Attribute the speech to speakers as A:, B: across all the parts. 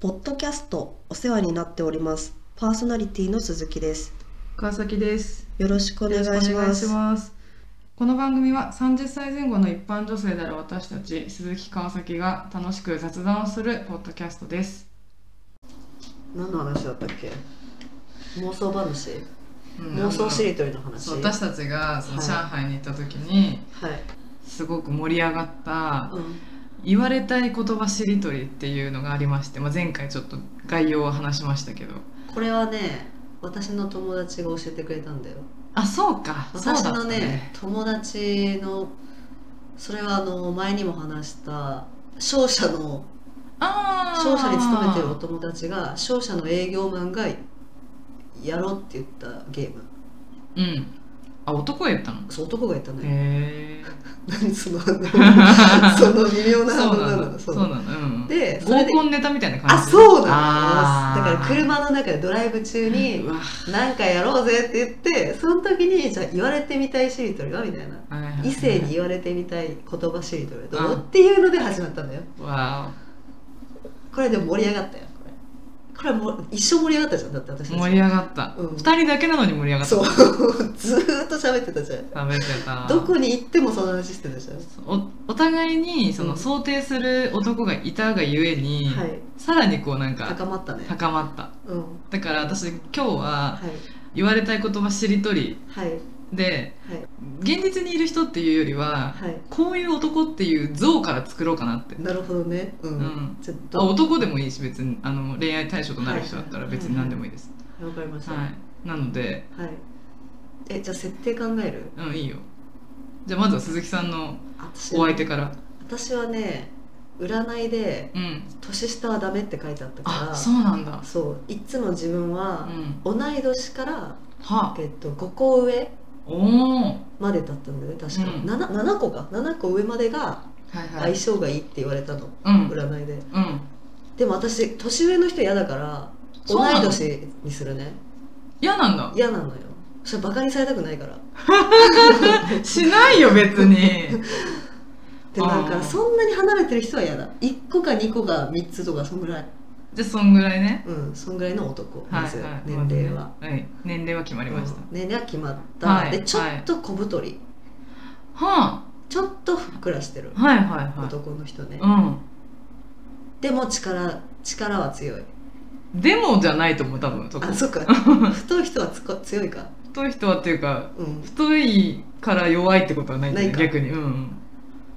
A: ポッドキャストお世話になっております。パーソナリティの鈴木です。
B: 川崎です。
A: よろしくお願いします。
B: よろくお願いしますこの番組は30歳前後の一般女性である私たち鈴木川崎が楽しく雑談をするポッドキャストです。
A: 何の話だったっけ妄想話
B: うん
A: 妄想し
B: あ
A: りとりの
B: の
A: 話
B: そう私たちがその
A: はい
B: 上海に行った時に
A: はい、
B: すごく盛り上がった
A: うん、
B: 言われたい言葉しりとりっていうのがありまして、まあ、前回ちょっと概要を話しましたけど
A: これはね私の友達が教えてくれたんだよ
B: あそうかそうだっ
A: 私
B: た
A: のね友達のそれはあの前にも話した商社の
B: ああ
A: 商社に勤めてるお友達が商社の営業マンがやろうって言ったゲーム
B: うんあ男が言ったの
A: そう男が言ったのよ、
B: へえ
A: 何 そのあのその微妙な反
B: そ
A: 応
B: う
A: な
B: なの
A: の
B: そ
A: そうう
B: なのうん
A: でそれ
B: 合
A: で
B: コンネタみたいな感
A: あ
B: じ
A: そうな
B: あ
A: の
B: ー
A: だから車の中でドライブ中に
B: うわ
A: なんかやろうぜって言ってその時にじゃあ言われてみたいしりとりはみたいな
B: はいはいはい
A: 異性に言われてみたい言葉しりとりはどう
B: う
A: んっていうので始まったんだよ
B: わ
A: これでも盛り上がったよこれこれもう一生盛り上がったじゃんだって私
B: お
A: たち
B: 盛り上がった
A: うん
B: 二人だけなのに盛り上がった
A: そう ずーっと喋ってたじゃん
B: 食べてた
A: どこに行ってもその話してたじゃん
B: おお互いにそ
A: うん
B: の想定する男がいたがゆえに、
A: はい
B: さらにこうなんか
A: 高まったね
B: 高まった
A: うん
B: だから私今日は
A: はい
B: 言われたい言葉しりとり
A: はい
B: で現実にいる人っていうよりは
A: はいはい
B: こういう男っていう像から作ろうかなって
A: なるほどねうん、
B: うん
A: ちょっ
B: あ
A: と
B: 男でもいいし別にあの恋愛対象となる人だったら別に何でもいいです、
A: わかりました
B: はいなので
A: はい。え、じゃあ設定考える
B: うんいいよじゃあまずは鈴木さんの
A: 私
B: お相手から
A: 私はね、占いで
B: うん
A: 年下はダメって書いてあったから、
B: あそうなんだ
A: そういつも自分
B: う
A: は、
B: ん
A: 同い年から、
B: は
A: えっと、5個上
B: おおはい
A: までだったんだよね確か、
B: うん
A: 七 7, 個か7個上までが
B: は
A: 相
B: い
A: 性がいいって言われたの、
B: うん
A: 占いで
B: うん
A: でも私年上の人嫌だから
B: そう
A: 同い
B: なの
A: 年にするね
B: 嫌なんだ
A: 嫌なのよそれバカにされたくない から
B: しないよ別 に
A: でなん
B: あ
A: か
B: ー
A: そんなに離れてる人は嫌だ1個か2個か3つとかそんぐらい
B: じゃあそんぐらいね
A: うん、そんぐらいの男、
B: はい
A: まず
B: はい
A: 年齢は。、
B: まずねはい、年齢は決まりました、
A: うん年齢は決まった、
B: はい
A: でちょっと小太り、
B: は
A: ちょっとふっくらしてる
B: あ、はいはいはい
A: 男の人ね、
B: う
A: でも力力は強い
B: んでもじゃないと思う多分そこ
A: あそっか 太い人はつこ強いか
B: 太い人はっていうか
A: うん
B: 太いから弱いってことはないんだよ
A: ない
B: ね
A: か
B: 逆にうん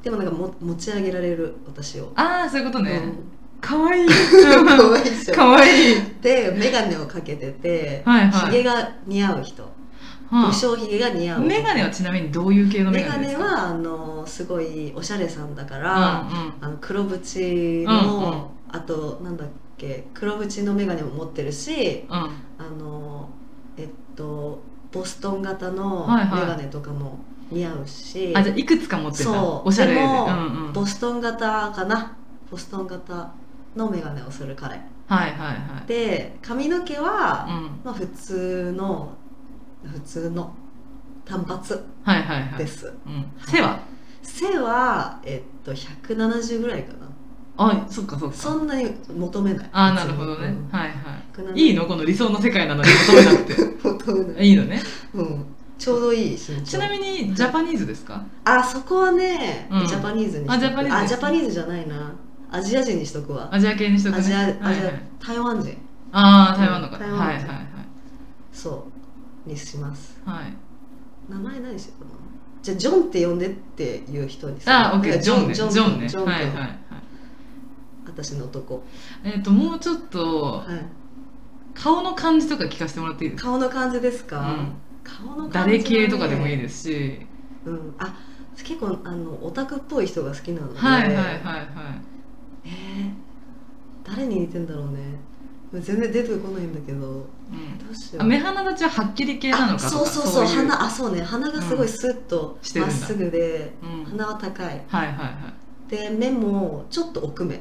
A: でもなんかも持ち上げられる私を
B: ああそういうことね、
A: うん
B: かわ いい
A: 可愛いでし
B: か
A: ょ
B: わいい
A: で眼鏡をかけてて
B: はいはい
A: ひげが似合う人
B: は
A: 無性ひげが似合
B: あ
A: う
B: メガネはちなみにどういう系のメ
A: 眼
B: ガネで
A: 鏡
B: すか
A: はあのすごいおしゃれさんだから、
B: うん
A: あの黒縁
B: うんうん
A: の、あとなんだっけ黒縁の眼鏡も持ってるし
B: うんうん
A: あのえっとボストン型の
B: は
A: 眼
B: いはい
A: 鏡とかも似合うし、
B: あじゃあいくつか持ってた
A: そう
B: おしゃれで
A: で
B: うん
A: も
B: うんはい
A: ボストン型かなボストン型の眼鏡をする彼
B: はいはい
A: で髪の毛は、
B: うん
A: まあ、普通の普通の短髪
B: はいはいは
A: で
B: い
A: す
B: うん背は
A: 背は、えっと、170ぐらいかな
B: あそっかそっ
A: そ
B: か
A: んなに求めない
B: あーなるほど
A: う
B: ね
A: ん
B: はいはい
A: 170
B: いいのこの理想の世界なのに求めなく
A: 求めな
B: て
A: い、
B: いいのね
A: うん、ちょうどいい身長
B: ちなみにジャパニーズですか
A: あそこはね、
B: うん
A: ジャパニーズにしとく
B: あジャパニーズです
A: あジャパニーズじゃないなアジア人にしとくわ
B: アジア系にしとくね
A: アジアアジア、
B: はいはい
A: 台湾人
B: ああ台湾の方
A: 台
B: はい
A: 湾
B: はい
A: 人
B: はい
A: そうにします
B: はい
A: 名前何しようかなじゃあジョンって呼んでっていう人に
B: あーオッケージョンね
A: ジ
B: ジ
A: ョン
B: ョンね
A: ジョン
B: はいはいはい
A: 私の男、
B: えっともうちょっと
A: はい、
B: 顔の感じとか聞かせてもらっていいですか
A: 顔の感じですか、
B: うん
A: 顔の感じ、
B: 誰系とかでもいい
A: す、
B: ですし
A: うん、あ結構あのオタクっぽい人が好きなので、
B: はいはいはいはい
A: えー、誰に似てんだろうね全然出てこないんだけどど
B: うん
A: うしよ
B: あ
A: う
B: 目鼻立ちははっきり系なのかとか
A: あそうそうそう
B: い
A: 鼻あそうね鼻がすごいスッと
B: してる
A: ま
B: ん
A: っ
B: だ
A: すぐで、
B: うんはい
A: 鼻は高い
B: はいはい
A: で目もちょっと奥目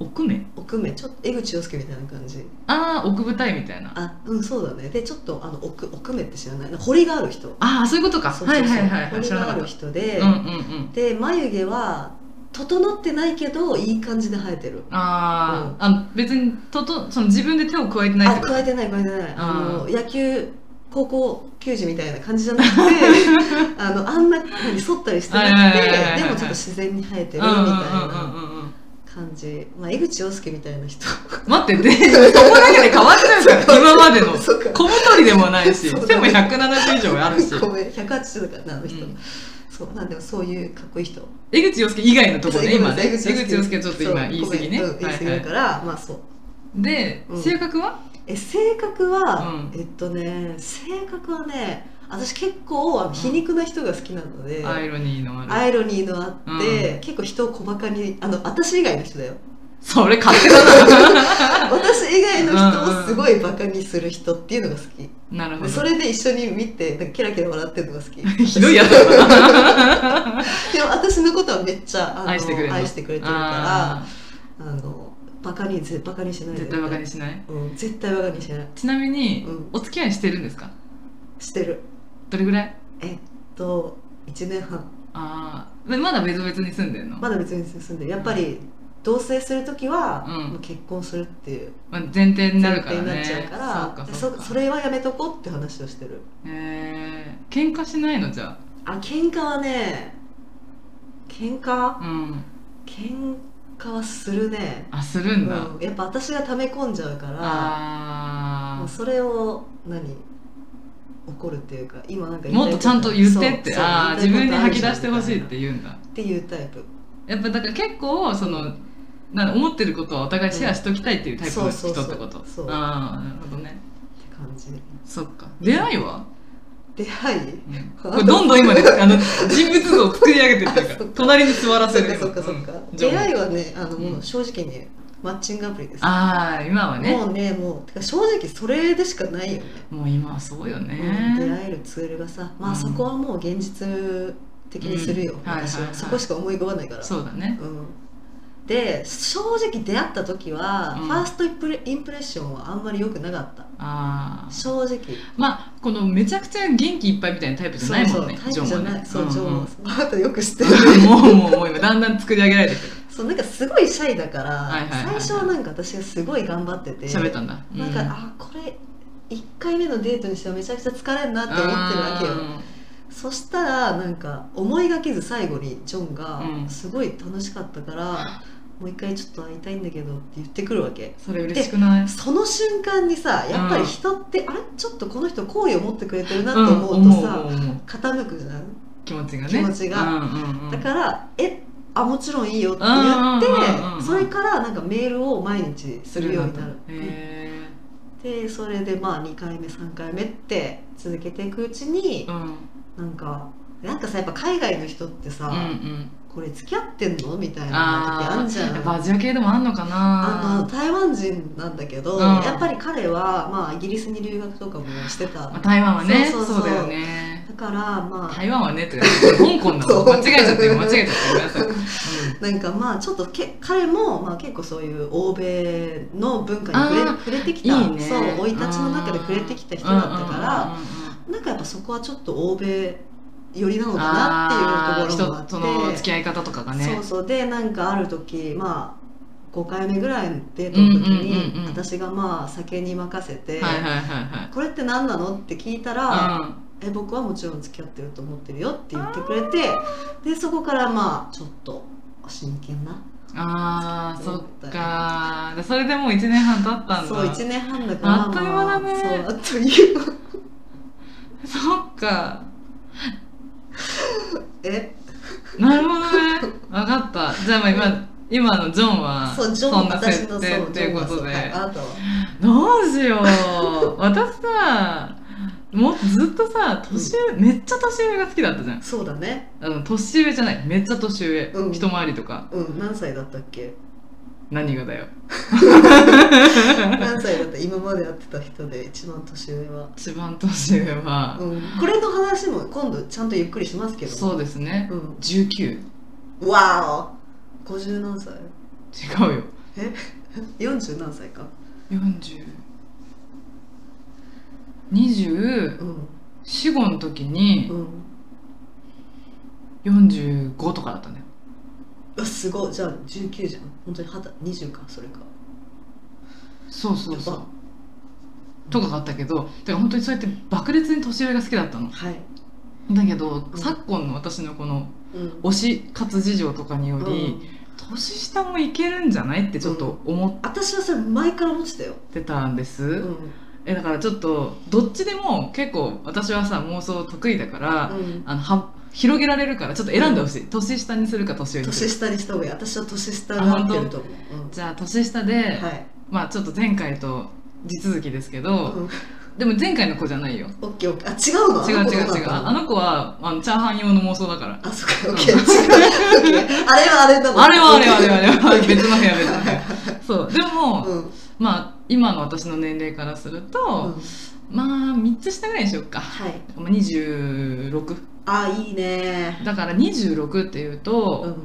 B: 奥目
A: 奥目ちょっと江口洋介みたいな感じ
B: ああ奥舞台みたいな
A: あうんそうだねでちょっとあの奥奥目って知らない彫りがある人
B: ああそういうことか
A: そうそうそう
B: はいはいはい
A: 彫
B: はい
A: り
B: 知ら
A: が
B: な
A: あ
B: か
A: る
B: っ
A: 人
B: た
A: で、
B: うんうんうん
A: で眉毛は整ってないけどいい感じで生えてる
B: あー、あの別にととその自分で手を加えてないっ
A: あ
B: てこと
A: 加えてない加えてないあの
B: あ
A: 野球高校球児みたいな感じじゃなくて あのあんなに反ったりしてなく
B: はいはいはいはい
A: てでもちょっと自然に生えてるみたいな
B: うんうんうんうんうん
A: 感じ、まあ、江口洋介みたいな人
B: 待ってでそこだけで変わっちゃうから今までの
A: そうか
B: 小太りでもない し
A: そう
B: 背も170以上あるし
A: ごめん180だからなあの人、
B: うん
A: そうなんでもそういうかっこいい人
B: 江口洋介以外のところね今ね江
A: 江口洋
B: 口洋介ちょっと今
A: そう
B: 言い過ぎね、
A: ごめんうん言い過ぎだから、まあそう
B: で、
A: うん
B: 性格は
A: え性格は、
B: う
A: えっとね性格はね私結構あの皮肉な人が好きなので、
B: アイロニーのある
A: アイロニーのあって、
B: う
A: 結構人を小バカにあの私以外の人だよ
B: それ勝手だ
A: 私以外の人をすごいバカにする人っていうのが好き
B: ななるほ
A: で
B: ど
A: それで一緒に見てなんかキラキラ笑ってるのが好き
B: ひど いやつだな
A: でも私のことはめっちゃあの
B: 愛してくれる
A: 愛してくれてるから
B: あ
A: あのバカにぜバカにしない
B: ー
A: で
B: 絶対バカにしない
A: うん、絶対バカにしない
B: ちなみに、
A: うん
B: お付き合いしてるんですか
A: してる
B: どれぐらい
A: えっと1年半
B: ああまだ別々に住んでんの、
A: まだ別に住んでるやっぱり同棲する時は、
B: うん
A: もう結婚するっていう
B: まあ、前提にな
A: 前
B: るか
A: 提
B: ら
A: にな
B: ね
A: っちゃうからそ
B: そうかそうか
A: それはやめとこうって話をしてる
B: えー、喧嘩しないのじゃ
A: あ喧嘩はね喧嘩
B: あうん
A: 喧嘩はするね、
B: あするんだ、
A: うんやっぱ私が溜め込んじゃうからも
B: あ
A: うそれを何怒るっていうか今なんか言
B: あ
A: い
B: も
A: た
B: っ
A: い
B: と
A: こ
B: ちゃんと言ってっ
A: そ
B: て
A: うそう
B: ああ自
A: 言いた
B: 分
A: いこ
B: で吐き出してほしいっ
A: とあるじゃんみた
B: て言うんだ
A: なっていうタイプ
B: やっぱだから結構そのなんか思ってることはお互いシェアしときたいっていうタイプの人って
A: うんそう
B: こ
A: そ
B: と
A: うそうそう
B: ああなるほどね
A: って感じ
B: そっか出会いは、
A: 出会い
B: うんこれどんどん 今ねあの人物像を作り上げてってるから隣に座ら
A: そ
B: せ
A: っ
B: る
A: かそっかそっか、
B: うん
A: 出会いはねあのもうんう正直にマッチングアプリです、
B: ああ今はね
A: もうねもうてか正直それでしかないよね、
B: もう今はそうよね、
A: うん出会えるツールがさま
B: う
A: あ
B: ん
A: そこはもう現実的にするよ、
B: うんはいはいはい
A: 私は,、そこしか思い浮かばないから
B: そうだね
A: うんで正直出会った時は、
B: うん
A: ファーストインプレインプレッションはあんまり良くなかった
B: ああ
A: 正直
B: まあこのめちゃくちゃ元気いっぱいみたいなタイプじゃないもんね
A: そうそうタイプじゃない、
B: ジ
A: そ
B: ョン
A: うジョン
B: も
A: も
B: ね
A: あなたよく知ってる
B: うんうんもうもうもう今だんだん作り上げられてくる
A: そうなんかすごいシャイだから、
B: はいはいはいはい
A: 最初はなんか私がすごい頑張ってて
B: 喋ったんだ、う
A: なんか、あこれ1回目のデートにしてはめちゃくちゃ疲れるなって思ってるわけよそしたらなんか思いがけず最後にジョンが
B: う
A: 「
B: ん
A: すごい楽しかったから、もう一回ちょっと会いたいんだけど」って言ってくるわけ
B: それ嬉しくない
A: その瞬間にさやっぱり人って、あれちょっとこの人好意を持ってくれてるなと思うとさ、
B: ん思う思う
A: 傾くじゃん
B: 気持ちがね
A: 気持ちが
B: うんうんうん
A: だから「えあもちろんいいよ」って言って
B: うんうんうんうんうん
A: それからなんかメールを毎日するようになる
B: へえ
A: でそれでまあ2回目3回目って続けていくうちに
B: うんうん
A: なんかなんかさやっぱ海外の人ってさ、
B: うん
A: これ付き合ってんのみたいな時
B: あ
A: あんじゃ
B: ーやっぱ
A: ん
B: アジア系でもあんのか
A: あの
B: な
A: 台湾人なんだけど、
B: うん
A: やっぱり彼は、まあ、イギリスに留学とかもしてた
B: まあ
A: だ
B: 台湾はね
A: そうそう
B: そ
A: そう
B: うだよね
A: からまあ
B: 台湾は ねってかこれ香港だ
A: そ
B: も
A: うん
B: 間違えちゃってる間違えちゃってる ごめんなさいう
A: な
B: ん
A: んかまあちょっとけ彼も、まあ、結構そういう欧米の文化に触
B: あ
A: れ
B: ー
A: 触れてきた
B: いいね
A: そう生い立ちの中で触れてきた人だったから、なんかやっぱそこはちょっと欧米寄りなのかなっていうところもあって
B: 人との付き合い方とかがね
A: そうそうでなんかある時まあ5回目ぐらいのデートの時に、
B: うんうんうんうん
A: 私がまあ酒に任せて、
B: はいはいはいはい
A: これって何なのって聞いたら、え僕はもちろん付き合ってると思ってるよって言ってくれてでそこからまあちょっと真剣な
B: うん、ああそっかでそれでもう1年半経ったんだ
A: そう1年半だから
B: あっという間だね
A: まあそうあっという間
B: そっか
A: え
B: なるほ どね分かったじゃあまあ今今のジョンは
A: そうジョン
B: そんな
A: 私
B: 設
A: の
B: 定
A: そう
B: っていうこと
A: ジョン
B: で
A: はそうはいあなたは
B: どうしよ う私さもうずっとさ年上、めっちゃ年上が好きだったじゃん
A: そうだね
B: あの年上じゃないめっちゃ年上、
A: うん
B: 一回りとか
A: うん何歳だったっけ
B: 何が だよ
A: 何歳だった今まで会ってた人で一番年上は
B: 一番年上は、
A: うん、これの話も今度ちゃんとゆっくりしますけど
B: そうですね
A: う、
B: 19違
A: ん、わお50何歳
B: うよ
A: え40何歳か
B: 4024
A: うん
B: の時に
A: うん
B: 45とかだったね
A: あすごいじゃあ19じゃん本当に二20かそれか
B: そうそうそ
A: や
B: う
A: ば
B: とかがあったけどだから本当にそうやって爆裂に年上が好きだったの
A: はい、
B: だけど、
A: うん
B: 昨今の私のこの
A: うん
B: 推し活事情とかにより、
A: うん
B: 年下もいけるんじゃないってちょっと思
A: 私はそれ前から思ってたよ、
B: ってたんです、
A: うん
B: えだからちょっとどっちでも結構私はさ妄想得意だから、
A: うん、
B: あのは広げられるからちょっと選んでほしい、年下にするか年上にす
A: 年
B: る
A: 下にした方がいい私は年下が合ってると思う、うん
B: じゃあ年下で、
A: はい、
B: まあちょっと前回と地続きですけど、
A: うん、
B: でも前回の子じゃないよ
A: オッケーオッケーあ違うの
B: 違う
A: あの子
B: 違
A: ど
B: う
A: な
B: 違う
A: の
B: あの子はあのチャーハン用の妄想だから
A: あそっかオッケー違うオッケーあれはあれだもん
B: あれはあれはあれはあ
A: オッ
B: れは
A: ケー
B: 別の部屋別の部屋 そうでも、
A: うん
B: まあ今の私の年齢からする
A: うん
B: と、まあ3つ下ぐらいにしようか、
A: はい
B: まあ、26
A: あいいね
B: だから26っていう
A: う
B: と、
A: ん
B: も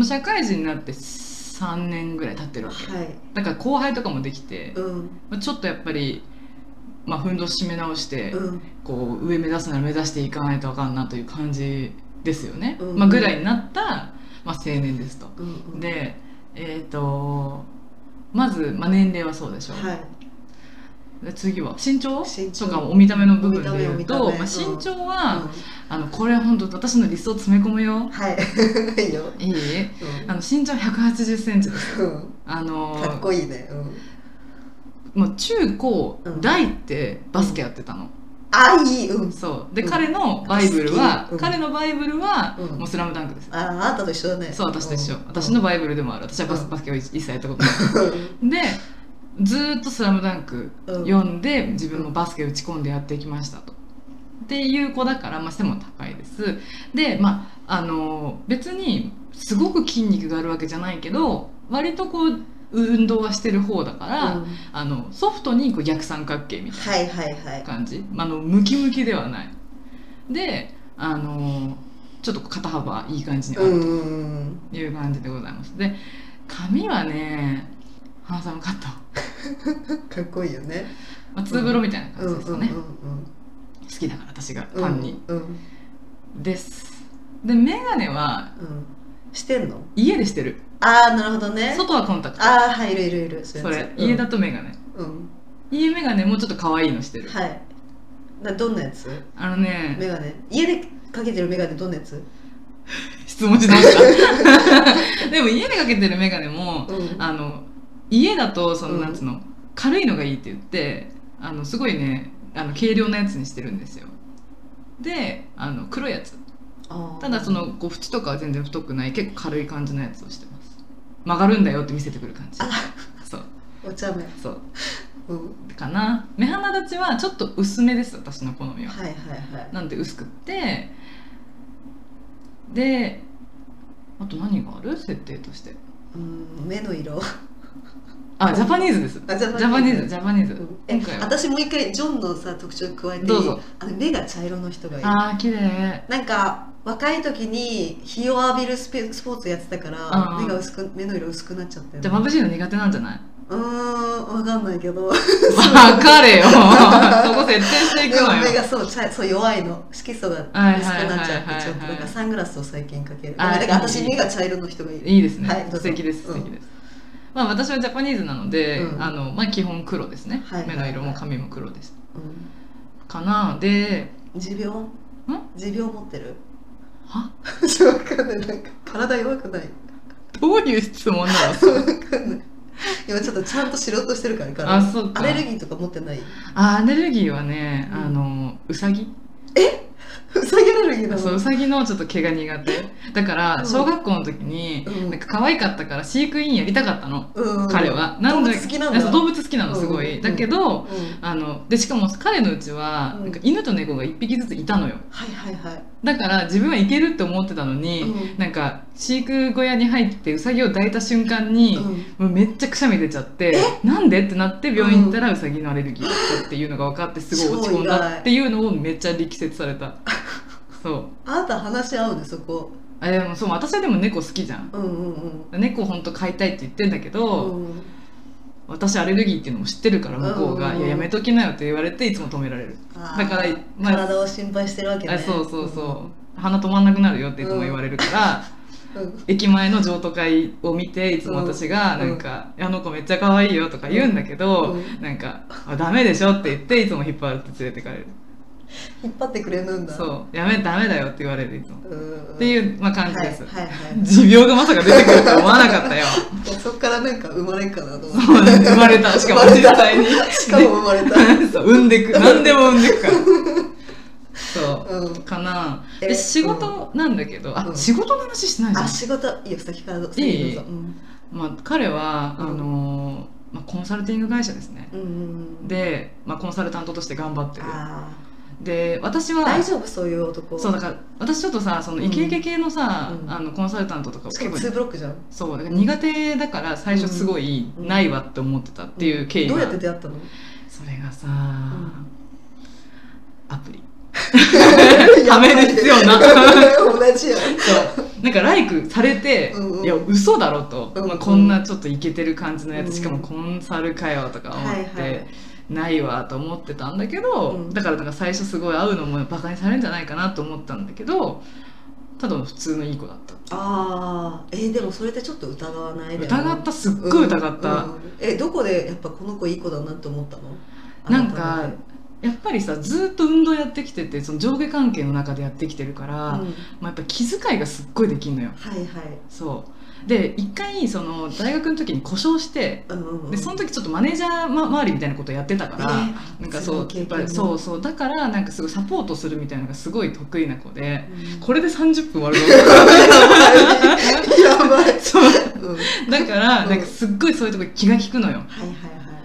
B: う社会人になって3年ぐらい経ってるわけ
A: はい
B: だから後輩とかもできて、
A: うん
B: まあちょっとやっぱりまあふんどし締め直して、
A: うん
B: こう上目指すなら目指していかないとあかんなという感じですよね、
A: うん
B: まあ、ぐらいになった、まあ、青年ですと。
A: うん
B: でえっ、とまず、まあ、年齢はそうでしょう、
A: はい
B: で次は身長
A: 身長
B: とかお見た目の部分で言
A: お
B: うと
A: 見た目お見た目
B: まあ、
A: うん
B: 身長は、
A: う
B: あのこれ本当私の理想詰め込むよ
A: ん はいいいよ
B: いい
A: うん
B: あの身長1 8 0ンチです
A: うん
B: あの
A: かっこいいねうん
B: もう中高
A: うん
B: 大ってバスケやってたの、
A: あいいうん
B: そうで、
A: うん
B: 彼のバイブル
A: 好、
B: は
A: きうん
B: 彼のバイブルは、
A: うん
B: もう「スラムダンクです
A: ああなたと一緒だね
B: そう私と一緒、
A: うん
B: 私のバイブルでもある私はバス
A: うん
B: バスケを一一切やったことない
A: うん
B: でずーっと「スラムダンク
A: うん
B: 読んで自分もバスケ打ち込んでやってきましたと。っていう子だから、まあ、背も高いですでまああのー別にすごく筋肉があるわけじゃないけど割とこう運動はしてる方だから、
A: うん
B: あのソフトにこう逆三角形みたいな
A: はいはいはい
B: 感じ、まあ、あのムキムキではないであのーちょっと肩幅いい感じにある
A: うんうん
B: という感じでございますで髪はねハンサムカット、
A: うんかっこいいよね
B: まあ、ツーブロみたいな
A: う
B: 感
A: ん
B: じ
A: う
B: です
A: んう
B: か
A: ん
B: ね、
A: うん
B: 好きだから私が
A: うん
B: 単に、
A: うん
B: ですで眼鏡は
A: うんしてんの
B: 家でしてる
A: ああなるほどね
B: 外はコンタクト
A: ああはいいるいるいるそ
B: それ家だと眼鏡、
A: うん
B: 家眼鏡もちょっと可愛いのしてる、
A: はいなどんなやつ
B: あのね
A: メガネ家でかけてるメガネどんなやつ
B: 質問し直した でも家でかけてる眼鏡も
A: うん
B: あの家だとその
A: うん
B: なんつうの、軽いのがいいって言ってあのすごいねあの軽量なやつにしてるんですよであの黒いやつ
A: あー
B: ただそのこう縁とかは全然太くない結構軽い感じのやつをしてます曲がるんだよって見せてくる感じ
A: あ
B: そう
A: お茶目
B: そう
A: うん
B: かな目鼻立ちはちょっと薄めです私の好みは、
A: はいはいはい
B: なんで薄くってであと何がある設定として
A: うん目の色
B: あジャパニーズです
A: あジャパニーズ
B: ジャパニーズジャパニーズ、
A: うんえ
B: 今回は
A: 私もう一回ジョンのさ特徴加えていい
B: どうぞ
A: あの目が茶色の人がいい
B: あー綺麗
A: なんか若い時に日を浴びるスペスポーツやってたから
B: あー
A: 目が薄く目の色薄くなっちゃった
B: じゃ
A: よ、
B: あ
A: ね、
B: 眩しいの苦手なんじ ゃない
A: うーんわかんないけど
B: わかれよ そこ設定していく
A: でも
B: の
A: 目
B: よ
A: がそう茶そう弱いの色素が薄く
B: はいはい
A: なっちゃ
B: はいはいは
A: っ
B: い
A: てちょっとなんかサングラスを最近かける
B: あ
A: なんか
B: い
A: 私
B: い
A: 目が茶色の人がいい
B: いいですね、
A: はいどうぞ
B: 素敵です
A: うん
B: 素敵です、まあ私はジャパニーズなので、
A: うん
B: あのまあ基本黒ですね、
A: はい
B: 目の色も髪も黒です
A: うん
B: かなで
A: 持病持病持ってる
B: は
A: ちょっとわかんないなんか体弱くない
B: どういう質問なのそれ
A: わかんない今ちょっとちゃんと知ろうとしてるからから
B: あそうか
A: アレルギーとか持ってない
B: あアレルギーはね、
A: うん
B: あのうさぎ
A: うさぎアレルギーなの
B: そううさぎのちょっと毛が苦手だから、
A: うん
B: 小学校の時に、
A: うん
B: なんか可愛かったから飼育員やりたかったの、
A: うん
B: 彼は
A: 動
B: だ
A: 物好きなん
B: あ
A: だ
B: そう動物好きなのすご
A: うん
B: い、
A: うん
B: だけど
A: うん
B: あのでしかも彼のうちは、
A: うん
B: なんか犬と猫が1匹ずついたのよ
A: はいはいはい
B: だから自分はいけるって思ってたのに、
A: うん
B: なんか飼育小屋に入ってうさぎを抱いた瞬間に、
A: うん
B: もうめっちゃくしゃみ出ちゃってなんでってなって病院行ったらウサギのアレルギーだったっていうのが分かってすごい落ち込ん
A: 超意
B: だ
A: 外
B: っていうのをめっちゃ力説さ れたそう
A: あなた話し合うねそこ
B: あでもそう私はでも猫好きじゃん
A: うんうんうん
B: 猫ほんと飼いたいって言ってんだけど、
A: うん
B: 私アレルギーっていうのも知ってるから向こうが「
A: うん
B: いややめときなよ」って言われていつも止められる
A: あー
B: だからまあ
A: 体を心配してるわけね
B: あそうそうそう、鼻止まんなくなるよっていつも言われるから、
A: うん
B: 駅前の譲渡会を見ていつも私がなんか「あの子めっちゃ可愛いよ」とか言うんだけど、
A: うん
B: なんかあ「ダメでしょ」って言っていつも引っ張って連れてかれる
A: 引っ張ってくれるんだう
B: そう「やめダメだよ」って言われるいつも
A: ん
B: っていう、まあ、感じ
A: はい
B: です、
A: はいはい
B: 持病がまさか出てくると思わなか ったよ
A: い やそっからなんか生まれんかなと思って
B: 生まれたしかも実際に
A: しかも生まれた、
B: そう産んでく何でも産んでくから そう
A: うん、
B: かな
A: え
B: で仕事なんだけど、あ
A: うん
B: 仕事の話してないじゃん
A: あ仕事いいよ先からどうぞ
B: いい
A: 先どうぞ
B: まあ、彼は、
A: うん
B: あのーまあ、コンサルティング会社ですね
A: うんうんうんうん
B: で、まあ、コンサルタントとして頑張ってる
A: あ
B: で私は
A: ー大丈夫そういう男
B: そうだから私ちょっとさその
A: うん
B: イケイケ系のさ、
A: うん
B: あのコンサルタントとか
A: しか
B: 結
A: も
B: 構
A: 2ブロックじゃんっ
B: そうだから苦手だから最初すごい
A: うん
B: ないわって思ってたっていう経緯が、
A: どうやって出会った の
B: それがさ、
A: ん
B: アプリはめる必要な
A: 同 じやん
B: そうなんかライクされて、
A: うんうん
B: いや嘘だろと、
A: うんうん
B: まあ、こんなちょっとイケてる感じのやつ、
A: うん
B: しかもコンサルかよとか思
A: はい
B: って、
A: はい
B: ないわと思ってたんだけど、
A: うん
B: だからなんか最初すごい会うのもバカにされるんじゃないかなと思ったんだけどただの普通のいい子だった
A: あーえーでもそれってちょっと疑わないで
B: 疑ったすっごい疑った、
A: うんうんえどこでやっぱこの子いい子だなって思ったの
B: なんかやっぱりさずっと運動やってきててその上下関係の中でやってきてるから、
A: あなたの中でうん
B: まあ、やっぱ気遣いがすっごいできんのよ
A: はいはい
B: そうで一回その大学の時に故障して
A: うんうんうん
B: でその時ちょっとマネージャーま周りみたいなことやってたから、
A: ね
B: なんかそう
A: すごい
B: やっ
A: 経験
B: ぱりそうそうだからなんかすごいサポートするみたいなのがすごい得意な子で
A: うん
B: これで30分終わる の
A: やばい。
B: そう
A: うん、はい
B: だから
A: うん
B: なんかすっごいそういうとこ気が利くのよ
A: はい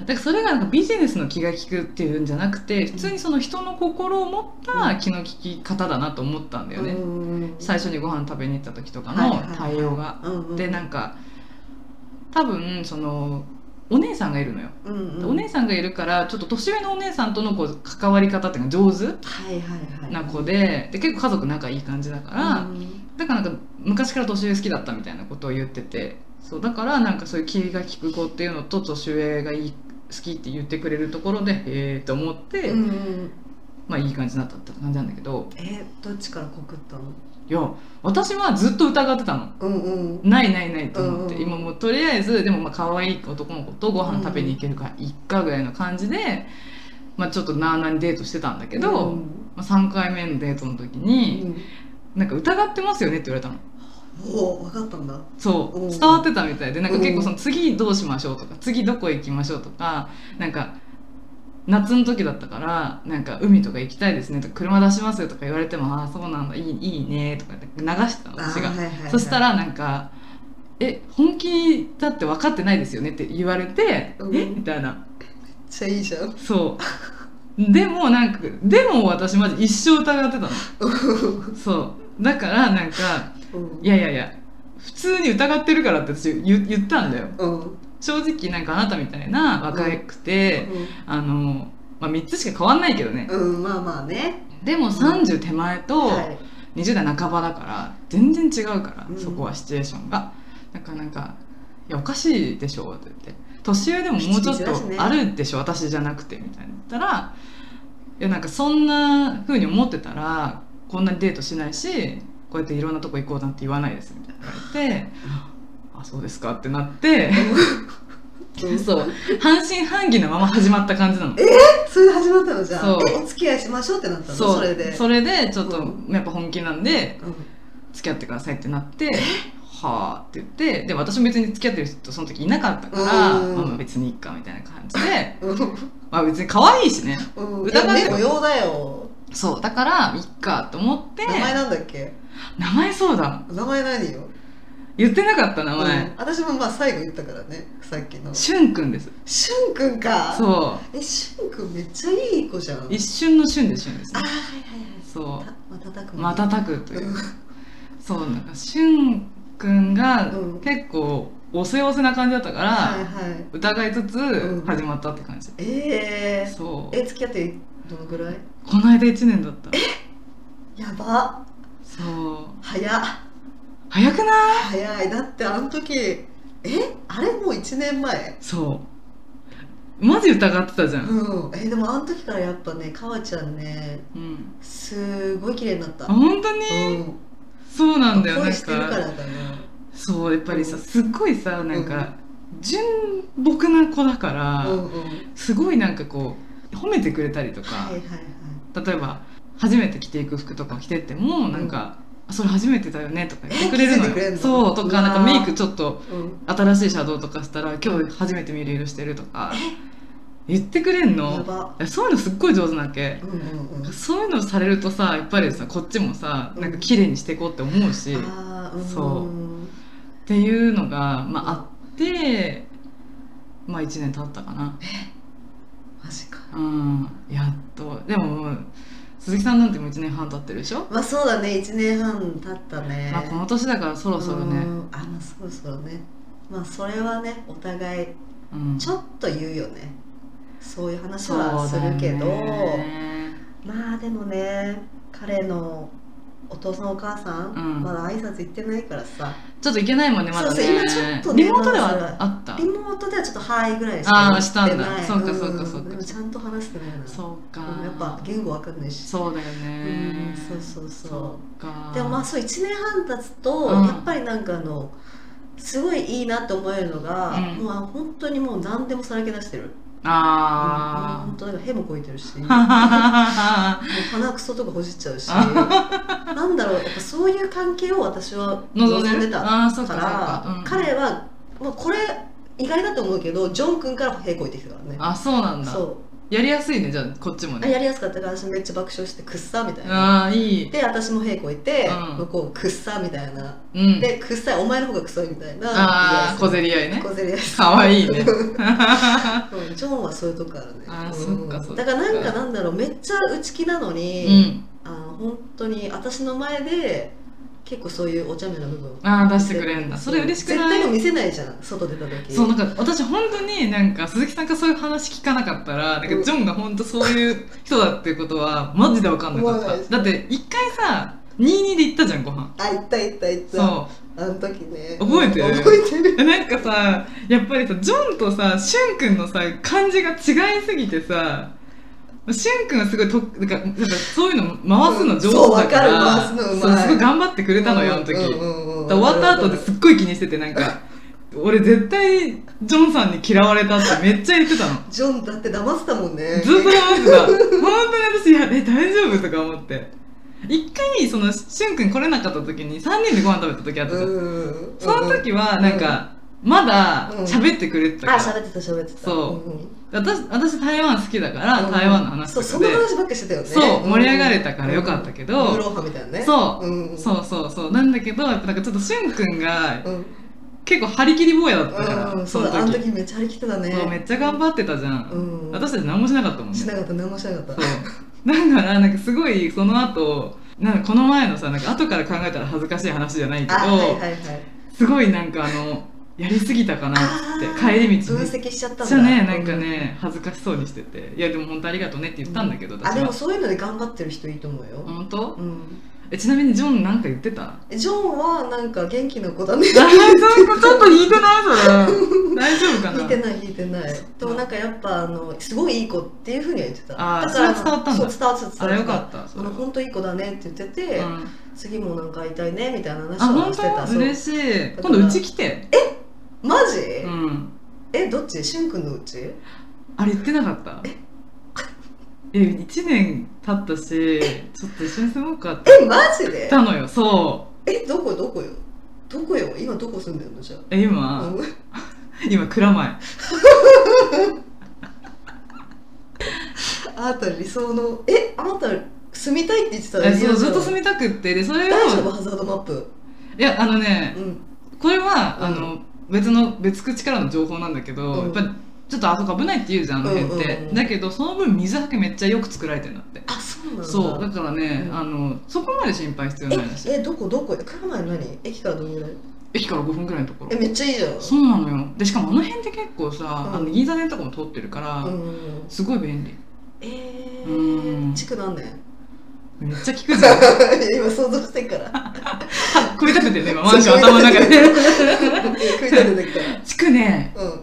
B: だからそれがなんかビジネスの気が利くっていうんじゃなくて普通にその人の心を持った気の利き方だなと思ったんだよ
A: はい。
B: ね、
A: うん
B: 最初にご飯食べに行った時とか
A: はい
B: の
A: はいはい
B: 対応が、
A: うん
B: でなんか多分そのお姉さんがいるのよ、
A: うんうん
B: お姉さんがいるからちょっと年上のお姉さんとのこう関わり方っていうのが上手
A: はいはいはい。
B: な子でで結構家族仲いい感じだから、
A: うん
B: だからなんか昔から年上好きだったみたいなことを言っててそうだからなんかそういう気が利く子っていうのと年上がいい好きって言ってくれるところでへえと思って、
A: うんうん
B: まあいい感じになったって感じなんだけど
A: えどっちから告ったの？
B: いや私はずっと疑ってたの。
A: うんうん。
B: ないないないと思って、
A: うんうん
B: 今もうとりあえずでもまあ可愛い男の子とご飯食べに行けるかいっかぐらいの感じで、まあ、ちょっとなあなあにデートしてたんだけど、
A: うん
B: まあ、3回目のデートの時
A: う
B: に
A: ん
B: 「なんか疑ってますよね」って言われたの
A: お分かったんだ。
B: そう、
A: うん
B: 伝わってたみたいでなんか結構その
A: う
B: 次どうしましょうとか次どこ行きましょうとかなんか夏の時だったからなんか海とか行きたいですねとか車出しますよとか言われてもああそうなんだいいいいねとかって流してたの私が
A: あー。はいはいはい
B: そした、らなんか「え本気だって分かってないですよね」って言われて「
A: うん
B: えみたいな
A: めっちゃいいじゃん。
B: そうでもなんかでも私マジ一生疑ってたのそうだからなんか「いやいやいや普通に疑ってるから」って私言言ったんだよ
A: うん。うん。
B: 正直なんかあなたみたいな若くて、あの、まあ、3つしか変わんないけどね
A: うんまあまあね。
B: でも30手前と、
A: はい
B: 20代半ばだから全然違うから、
A: うん
B: そこはシチュエーションがだからなんか「いやおかしいでしょ」って言って「年上でももうちょ
A: シチュエ
B: っ
A: ーションだし
B: と
A: ね
B: あるでしょ私じゃなくて」みたいに言ったら「いやなんかそんな風に思ってたらこんなにデートしないしこうやっていろんなとこ行こうなんて言わないです」みたいな言われて「あそうですか」ってなって
A: うん
B: そう半信半疑のまま始まった感じなの。
A: それで始まったのじゃ
B: そ
A: あ
B: う。
A: えお付き合いしましょうってなったの
B: そう
A: れで。
B: それでちょっと
A: う
B: やっぱ本気なんで
A: うん
B: 付き合ってくださいってなってはあって言ってで私も別に付き合ってる人その時いなかったから、
A: うん
B: まあまあ別にいっかみたいな感じで
A: うん
B: まあ別に可愛いしね
A: うん。い
B: 疑
A: や
B: っ
A: で
B: て
A: も用だよ。
B: そうだからいっかと思って
A: 名前なんだっけ？
B: 名前そうだ
A: 名前何よ。
B: 言ってなかった名前、
A: うん私もまあ最後言ったからねさっきの
B: しゅんくんです
A: しゅんくんか
B: そ
A: えしゅんくんめっちゃいい子じゃんあ
B: う一瞬のしゅんでしゅんです
A: あー
B: ね
A: は
B: そ
A: いはいはいうた瞬く
B: う瞬くという
A: うん
B: そうなんかしゅんくんが
A: うん
B: 結構おせおせな感じだったから、
A: はいはい
B: 疑いつつ
A: ん
B: 始まったって感じ、
A: えー、
B: そう
A: え付き合ってどのぐらい
B: この間1年だった
A: やば
B: そう
A: 早っ
B: 早くない
A: 早いだってあの時えあれもう1年前
B: そうマジ疑ってたじゃん、
A: うんえでもあの時からやっぱねかわちゃんね
B: うん、
A: すごい綺麗になった
B: あ本当
A: う
B: に
A: ん
B: そうなんだよなん
A: 恋してるから
B: か
A: だな
B: そうやっぱりさ
A: うん
B: すっごいさなんか純朴な子だか
A: う
B: ら、
A: んうん
B: すごいなんかこう褒めてくれたりとか、
A: はいはいはい
B: 例えば初めて着ていく服とか着てってもなんか、あそれ初めてだよね」とか言ってくれるの
A: え気づいてくれ
B: よ
A: んの
B: そうと
A: うわ
B: か
A: ー
B: なんかメイクちょっと
A: うん
B: 新しいシャドウとかしたら「今日初めて見る色してる」とか言ってくれん
A: や
B: の
A: ば
B: そういうのすっごい上手なわけ
A: うんうんうん
B: そういうのされるとさやっぱりさこっちもさなんか綺麗にしていこうって思うし、っ
A: あーうん
B: そう
A: うん
B: ていうのが、まあ、あってまあ1年経ったかな
A: マジか
B: うんやっとでももう鈴木さんなんてもう1年半経ってるでしょ
A: まあそうだね一年半経ったね
B: まあ、この年だからそろそろ
A: う
B: ね、
A: んあまあそろそろねまあそれはねお互い
B: うん
A: ちょっと言うよねそういう話
B: そうだ
A: はするけど、
B: ね
A: まあでもね彼のお父さんお母さん、
B: うん
A: まだ挨拶行ってないからさ
B: ちょっといけないもんねまだ
A: そ
B: ね
A: うそう今ちょっとね
B: リモートで
A: ま
B: は
A: だ
B: あった
A: リモートではちょっと「はい」ぐらいし
B: あ
A: か
B: ーしたんだ
A: 言って
B: そうかそうかそうか
A: でもちゃんと話してないな
B: そうか、
A: うんやっぱ言語わかんないし
B: そうだよね
A: うんそうそうそう
B: うか
A: でもまあそう1年半経つと、
B: うん
A: やっぱりなんかあのすごいいいなって思えるのが、
B: うん
A: もうあ本当にもう何でもさらけ出してる
B: あ
A: うん本当なんか屁もこいてる しもう
B: あ
A: 鼻くそとかほじっちゃうしなんだろうやっぱそういう関係を私は望
B: 望んで
A: ん
B: る
A: でた
B: ああそう
A: か
B: からそうか、うん、
A: 彼は、まあ、これ意外だと思うけどジョン君から屁こいてきたからね
B: あそうなんだ
A: そ
B: やりやすいねじゃあこっちも
A: うあ
B: ね
A: やりやすかったから私めっちゃ爆笑してくっさみたいな
B: ああいい
A: で私も屁こいて、
B: うん
A: 向こうくっさみたいな
B: うん
A: でくっさいお前の方がくそいみたいな
B: ああ小競り合いね
A: 小競り合い
B: かわいい ね
A: うんジョンはそういうとこあるね
B: あ
A: う
B: ー
A: ん
B: そっかそっ
A: だ
B: か
A: からなんかなんだろうめっちゃ内気なの
B: う
A: に、
B: ん
A: あの本当に私の前で結構そういうお茶目な部分を
B: ああ出してくれるんだそれ嬉しくない
A: 絶対見せないじゃん外出た時
B: そうなんか私本当になんか鈴木さんがそういう話聞かなかったらなんかジ
A: うん
B: ョンが本当そういう人だっていうことはマジで分かんなか
A: 思わ
B: っ
A: ないです
B: ただって一回さ22で行ったじゃんご飯
A: あ行った行った行った
B: そ
A: あの時ね
B: 覚 えてる
A: 覚えてる
B: うでなんかさやっぱりさジョンとさしゅんくんのさ感じが違いすぎてさしゅんくんはすごいとなんかやっぱそういうの回すの上手だから、
A: うんそうわかる回すのうまい
B: そうすごい頑張ってくれたのよあの時、
A: うんうんうん
B: 終わった後ですっごい気にしててなんか俺絶対ジョンさんに嫌われたってめっちゃ言ってたの
A: ジョンだって騙ってたもんね
B: ずっと思ってた本当に私いやえ大丈夫とか思って一回そのしゅんくん来れなかった時に3人でご飯食べた時あったじゃん、
A: うん
B: その時はなんか、まだ喋ってくれてた
A: あ
B: から、
A: 喋ってた喋ってた
B: そうん
A: ん
B: 私私台湾好きだから、
A: うん
B: 台湾の話
A: そ
B: と
A: う
B: か
A: そんな
B: で
A: 話ばっかりしてたよね
B: そうん盛り上がれたからよかったけど
A: うんブローハみたいなね
B: そう
A: うんうん
B: そうそうそうなんだけどやっぱなんかちょっとしゅんくんが
A: うん
B: 結構張り切り坊やだったから、
A: うん
B: そ
A: そう
B: の
A: だあの
B: 時
A: 時めっちゃ張り切ってたね
B: そうめっちゃ頑張ってたじゃん、
A: うん
B: 私たち何もしなかったもんね
A: しなかった何もしなかった
B: そうだからなんかすごいその後なんかこの前のさなんか後から考えたら恥ずかしい話じゃないけど、
A: あはいはいはい
B: すごいなんかあのやりすぎたかなっ
A: あ
B: て
A: ー
B: 帰り道
A: 分
B: めっ
A: 析しちゃったん
B: ち
A: だ
B: ゃねなんかね恥ずかしそうにしてていやでも本当ありがとうねって言ったんだけど、
A: うんあ
B: 私
A: でも
B: は
A: そういうので頑張ってる人いいと思うよ
B: 本当
A: うん
B: えちなみにジョンなんか言っ てた
A: ジョンはなんか元気な子だね
B: あなんかちょっと引いてないそれ大丈夫かな
A: 引いてない引いてないでもなんかやっぱあのすごいいい子っていうふうには言ってた
B: あー
A: だから
B: それ伝わったんだ
A: そう伝わってた
B: あ
A: 伝わ
B: よ
A: ってた
B: かったそ
A: あ
B: れ
A: の
B: は
A: 本当いい子だねって言ってて、
B: うん
A: 次もなんか会いたいねみたいな話
B: あ
A: を
B: 本
A: してた
B: 当
A: そう
B: 嬉しい今度うち来て
A: マジ、
B: うん
A: えどっちしゅんくんのうち
B: あれ言ってなかったえ1年経ったしちょっと一緒に住もうかって
A: えマジで
B: 言ったのよそう
A: えどこどこよどこよ今どこ住んでるのじゃ
B: え
A: あ、
B: 今
A: うん
B: 今蔵前
A: あなた理想のえあなた住みたいって言ってた
B: えそうずっと住
A: み
B: みたくってでそれを
A: 大丈夫ハザードマップ
B: いやあのね
A: うん
B: これは、
A: うん
B: あの別の別口からの情報なんだけど、
A: うん
B: やっぱちょっとあそこ危ないって言うじゃんあの辺って、
A: うんうんうん
B: だけどその分水はけめっちゃよく作られてるんだって
A: あそうなんだ
B: そうだからね、
A: うん
B: あのそこまで心配必要ないらしい
A: ええどこどこ蔵前の何駅からどのぐらい
B: 駅から5分ぐらいのところ
A: えめっちゃいいじゃん
B: そうなのよでしかもあの辺って結構さ、
A: うん
B: あの銀座線とかも通ってるから、
A: うんうんうん
B: すごい便利
A: えー、
B: うん
A: 地区何年
B: めっちゃ効くじゃ ん
A: 今想像してっ から
B: 組み立ててね今マンション頭の中で
A: 食いたててきたら
B: 地区ね
A: うん
B: やっ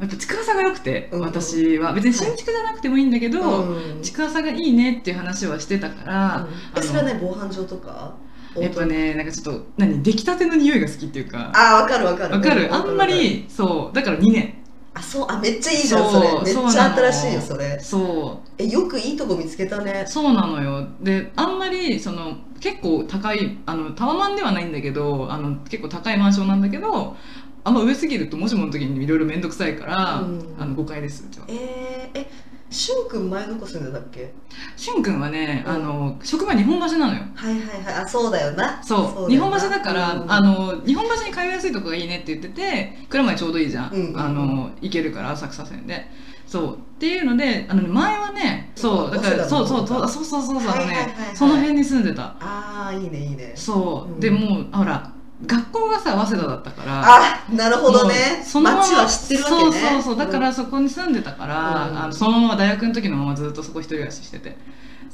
B: ぱ地区さが良くて、
A: うん
B: 私は別に新築じゃなくてもいいんだけど、
A: うん
B: 地区さがいいねっていう話はしてたから、
A: えそれはね防犯上とか
B: やっぱねなんかちょっと何出来たての匂いが好きっていうか
A: ああ分かる分かる
B: わかるあ
A: わ
B: んまりそうだから2年
A: あそうあめっちゃいいじゃんそ
B: そう
A: れめっちゃ新しいよ
B: そ
A: それ
B: そう
A: えよくいいとこ見つけたね
B: そうなのよであんまりその結構高いあのタワマンではないんだけどあの結構高いマンションなんだけどあんま上すぎるともしもの時にいろいろ面倒くさいから、
A: うん
B: あの誤解ですうちは
A: えー、えしゅんくん前の子住んでたっけ
B: しゅんくんはね、
A: うん
B: あの職場日本橋なのよ
A: はいはいはいあそうだよな
B: そう
A: だよな
B: 日本橋だから、
A: うん
B: あの日本橋に通いやすいとこがいいねって言ってて蔵前ちょうどいいじゃん、
A: うん
B: あの行けるから浅草線でそうっていうのであのね前はねそうだか
A: 早稲
B: ら
A: 田
B: そ
A: の
B: うそうそう
A: 方
B: あそうそうそうそう、
A: はいはい
B: あ
A: はい
B: のね
A: はい
B: その辺に住んでた
A: ああいいねいいね
B: そう、
A: うん
B: でもうほら学校がさ早稲田だったから
A: あなるほどね
B: もうそのまま
A: 街は知ってるわけね
B: そうそうそうだか
A: ん
B: らそこに住んでたから、
A: うん
B: あのそのまま大学の時のままずっとそこ一人暮らししてて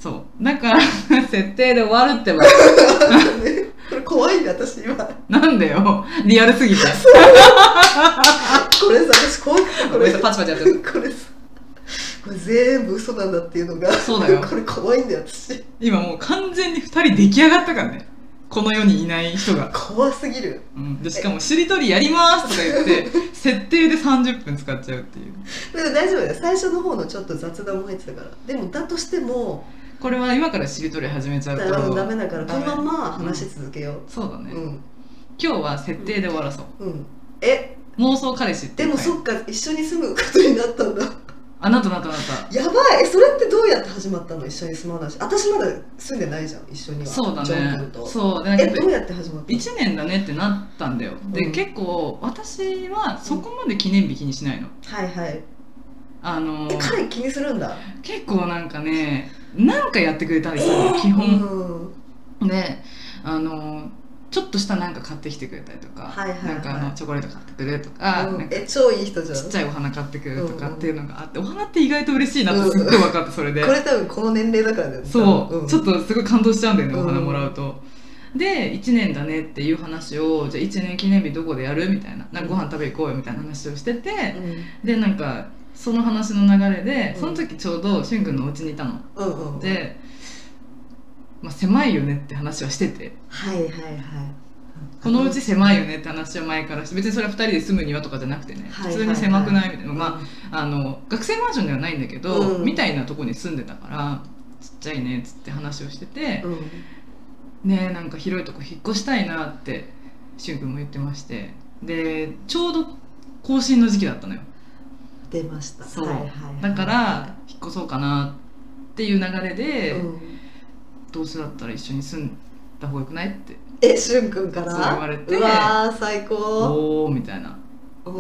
B: そうだから 設定で終わるってば
A: これ怖いね私今こ
B: なんだよリアル すぎて
A: れさ私怖くて
B: ご
A: こ
B: め
A: れ
B: んなさいパチ パチやっちゃっ
A: これさこれ全部嘘なんだっていうのが
B: そうだよ
A: これ怖いんだよ私
B: た今もう完全に2人出来上がったからねこの世にいない人が、
A: 怖すぎる
B: うん、でしかも「しりとりやります」とか言って設定で30分使っちゃうっていう
A: でも大丈夫だよ最初の方のちょっと雑談も入ってたからでもだとしても
B: これは今からしりとり始めちゃ
A: だ
B: う
A: から
B: と
A: ダメだからこ
B: ダメ
A: のまま話し続けよ
B: そうだ
A: う
B: ね、
A: うん
B: 今日は設定で終わらそう
A: うんえ
B: 妄想彼氏って
A: で
B: いう
A: も
B: 回
A: そっか一緒に住むことになったんだ
B: あなたなたなた
A: やばいそれってどうやって始まったの一緒に住まないし私まだ住んでないじゃん一緒には
B: そうだ
A: ジョン
B: ね
A: 君と
B: そうで
A: え
B: なん
A: どう
B: か
A: やって始まったの
B: 1年だねってなったんだよで、
A: うん
B: 結構私はそこまで記念日気にしないの
A: はいはい
B: あの
A: え彼気にするんだ
B: 結構なんかねなんかやってくれたりするの基本
A: うん
B: であのちょっとしたなんか買ってきてくれたりとか、
A: はいはいはい
B: なんかあのチョコレート買ってくれとか,、
A: うん
B: なんか
A: え超いい人じゃん
B: ちっちゃいお花買ってくれとかっていうのがあって、お花って意外と嬉しいなってすっごい分かってそれで、
A: これ多分この年齢だからだよね
B: そう、
A: ん
B: ちょっとすごい感動しちゃうんだよね、
A: うん
B: お花もらうと。で1年だねっていう話をじゃあ1年記念日どこでやるみたいななんかご飯食べ行こうよみたいな話をしてて
A: う
B: でなんかその話の流れで
A: うん
B: その時ちょうどしゅんくんのお家にいたの
A: んうんうん
B: で、まあ、狭いよねって話はしてて
A: はいはいはい
B: このうち狭いよねって話は前からして別にそれは2人で住む庭とかじゃなくて
A: は
B: ね
A: い
B: 普
A: はい
B: 通に狭くないみたいな、まあ、あの学生マンションではないんだけど、
A: うん
B: みたいなとこに住んでたからちっちゃいねっつって話をしてて。
A: うん
B: ねなんか広いとこ引っ越したいなってしゅんくんも言ってましてでちょうど更新の時期だったのよ
A: 出ました
B: そう
A: はいはいはい
B: だから引っ越そうかなっていう流れで、
A: うん
B: どうせだったら一緒に住んだ方がよくないって
A: えしゅんくんから
B: そう言われて
A: うわー最高
B: おおみたいな、
A: うん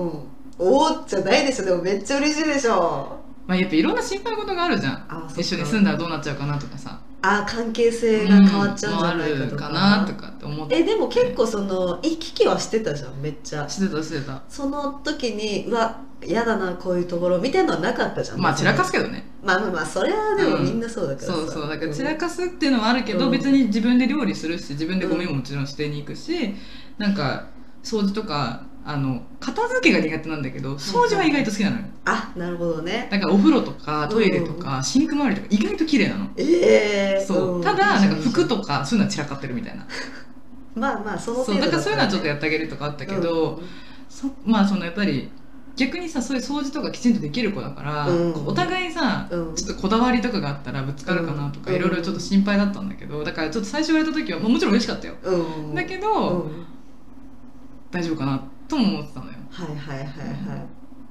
A: おーじゃないでしょでもめっちゃ嬉しいでしょ
B: まあ、やっぱいろんな心配事があるじゃん
A: あそっか
B: 一緒に住んだらどうなっちゃうかなとかさ
A: あー関係性が変わっちゃうんじゃな
B: うんもうあ
A: い
B: る
A: かと
B: か
A: か,、
B: なとかって思って
A: えでも結構その行き来はしてたじゃんめっちゃ
B: してたしてた
A: その時にうわ嫌だなこういうところみたいなのはなかったじゃん
B: まあ散らかすけどね
A: まあまあまあそれはでもみんなそうだからさ、
B: そうそうだから散ら
A: か
B: かすっていうのはあるけど、
A: うん
B: 別に自分で料理するし自分でゴミももちろん捨てに行くし、なんか掃除とかあの片付けが苦手なんだけど掃除は意外と好きなのよ
A: あなるほどね
B: だからお風呂とかトイレとか、シンク周りとか意外と綺麗なの、
A: ええ
B: そうただなんか服とかそういうのは散らかってるみたいな
A: まあまあその
B: そう
A: 程度
B: だからそういうのは
A: ら
B: ちょっとやってあげるとかあったけど、そまあそのやっぱり逆にさそういう掃除とかきちんとできる子だから、
A: うん
B: こうお互いさ
A: うん、うん
B: ちょっとこだわりとかがあったらぶつかるかなとか
A: うん
B: いろいろちょっと心配だったんだけどだからちょっと最初言われた時は、まあ、もちろん嬉しかったよ
A: うん、
B: だけ
A: ど
B: ど
A: うん、
B: 大丈夫かなとも思ってたのよ
A: はいはいはいはい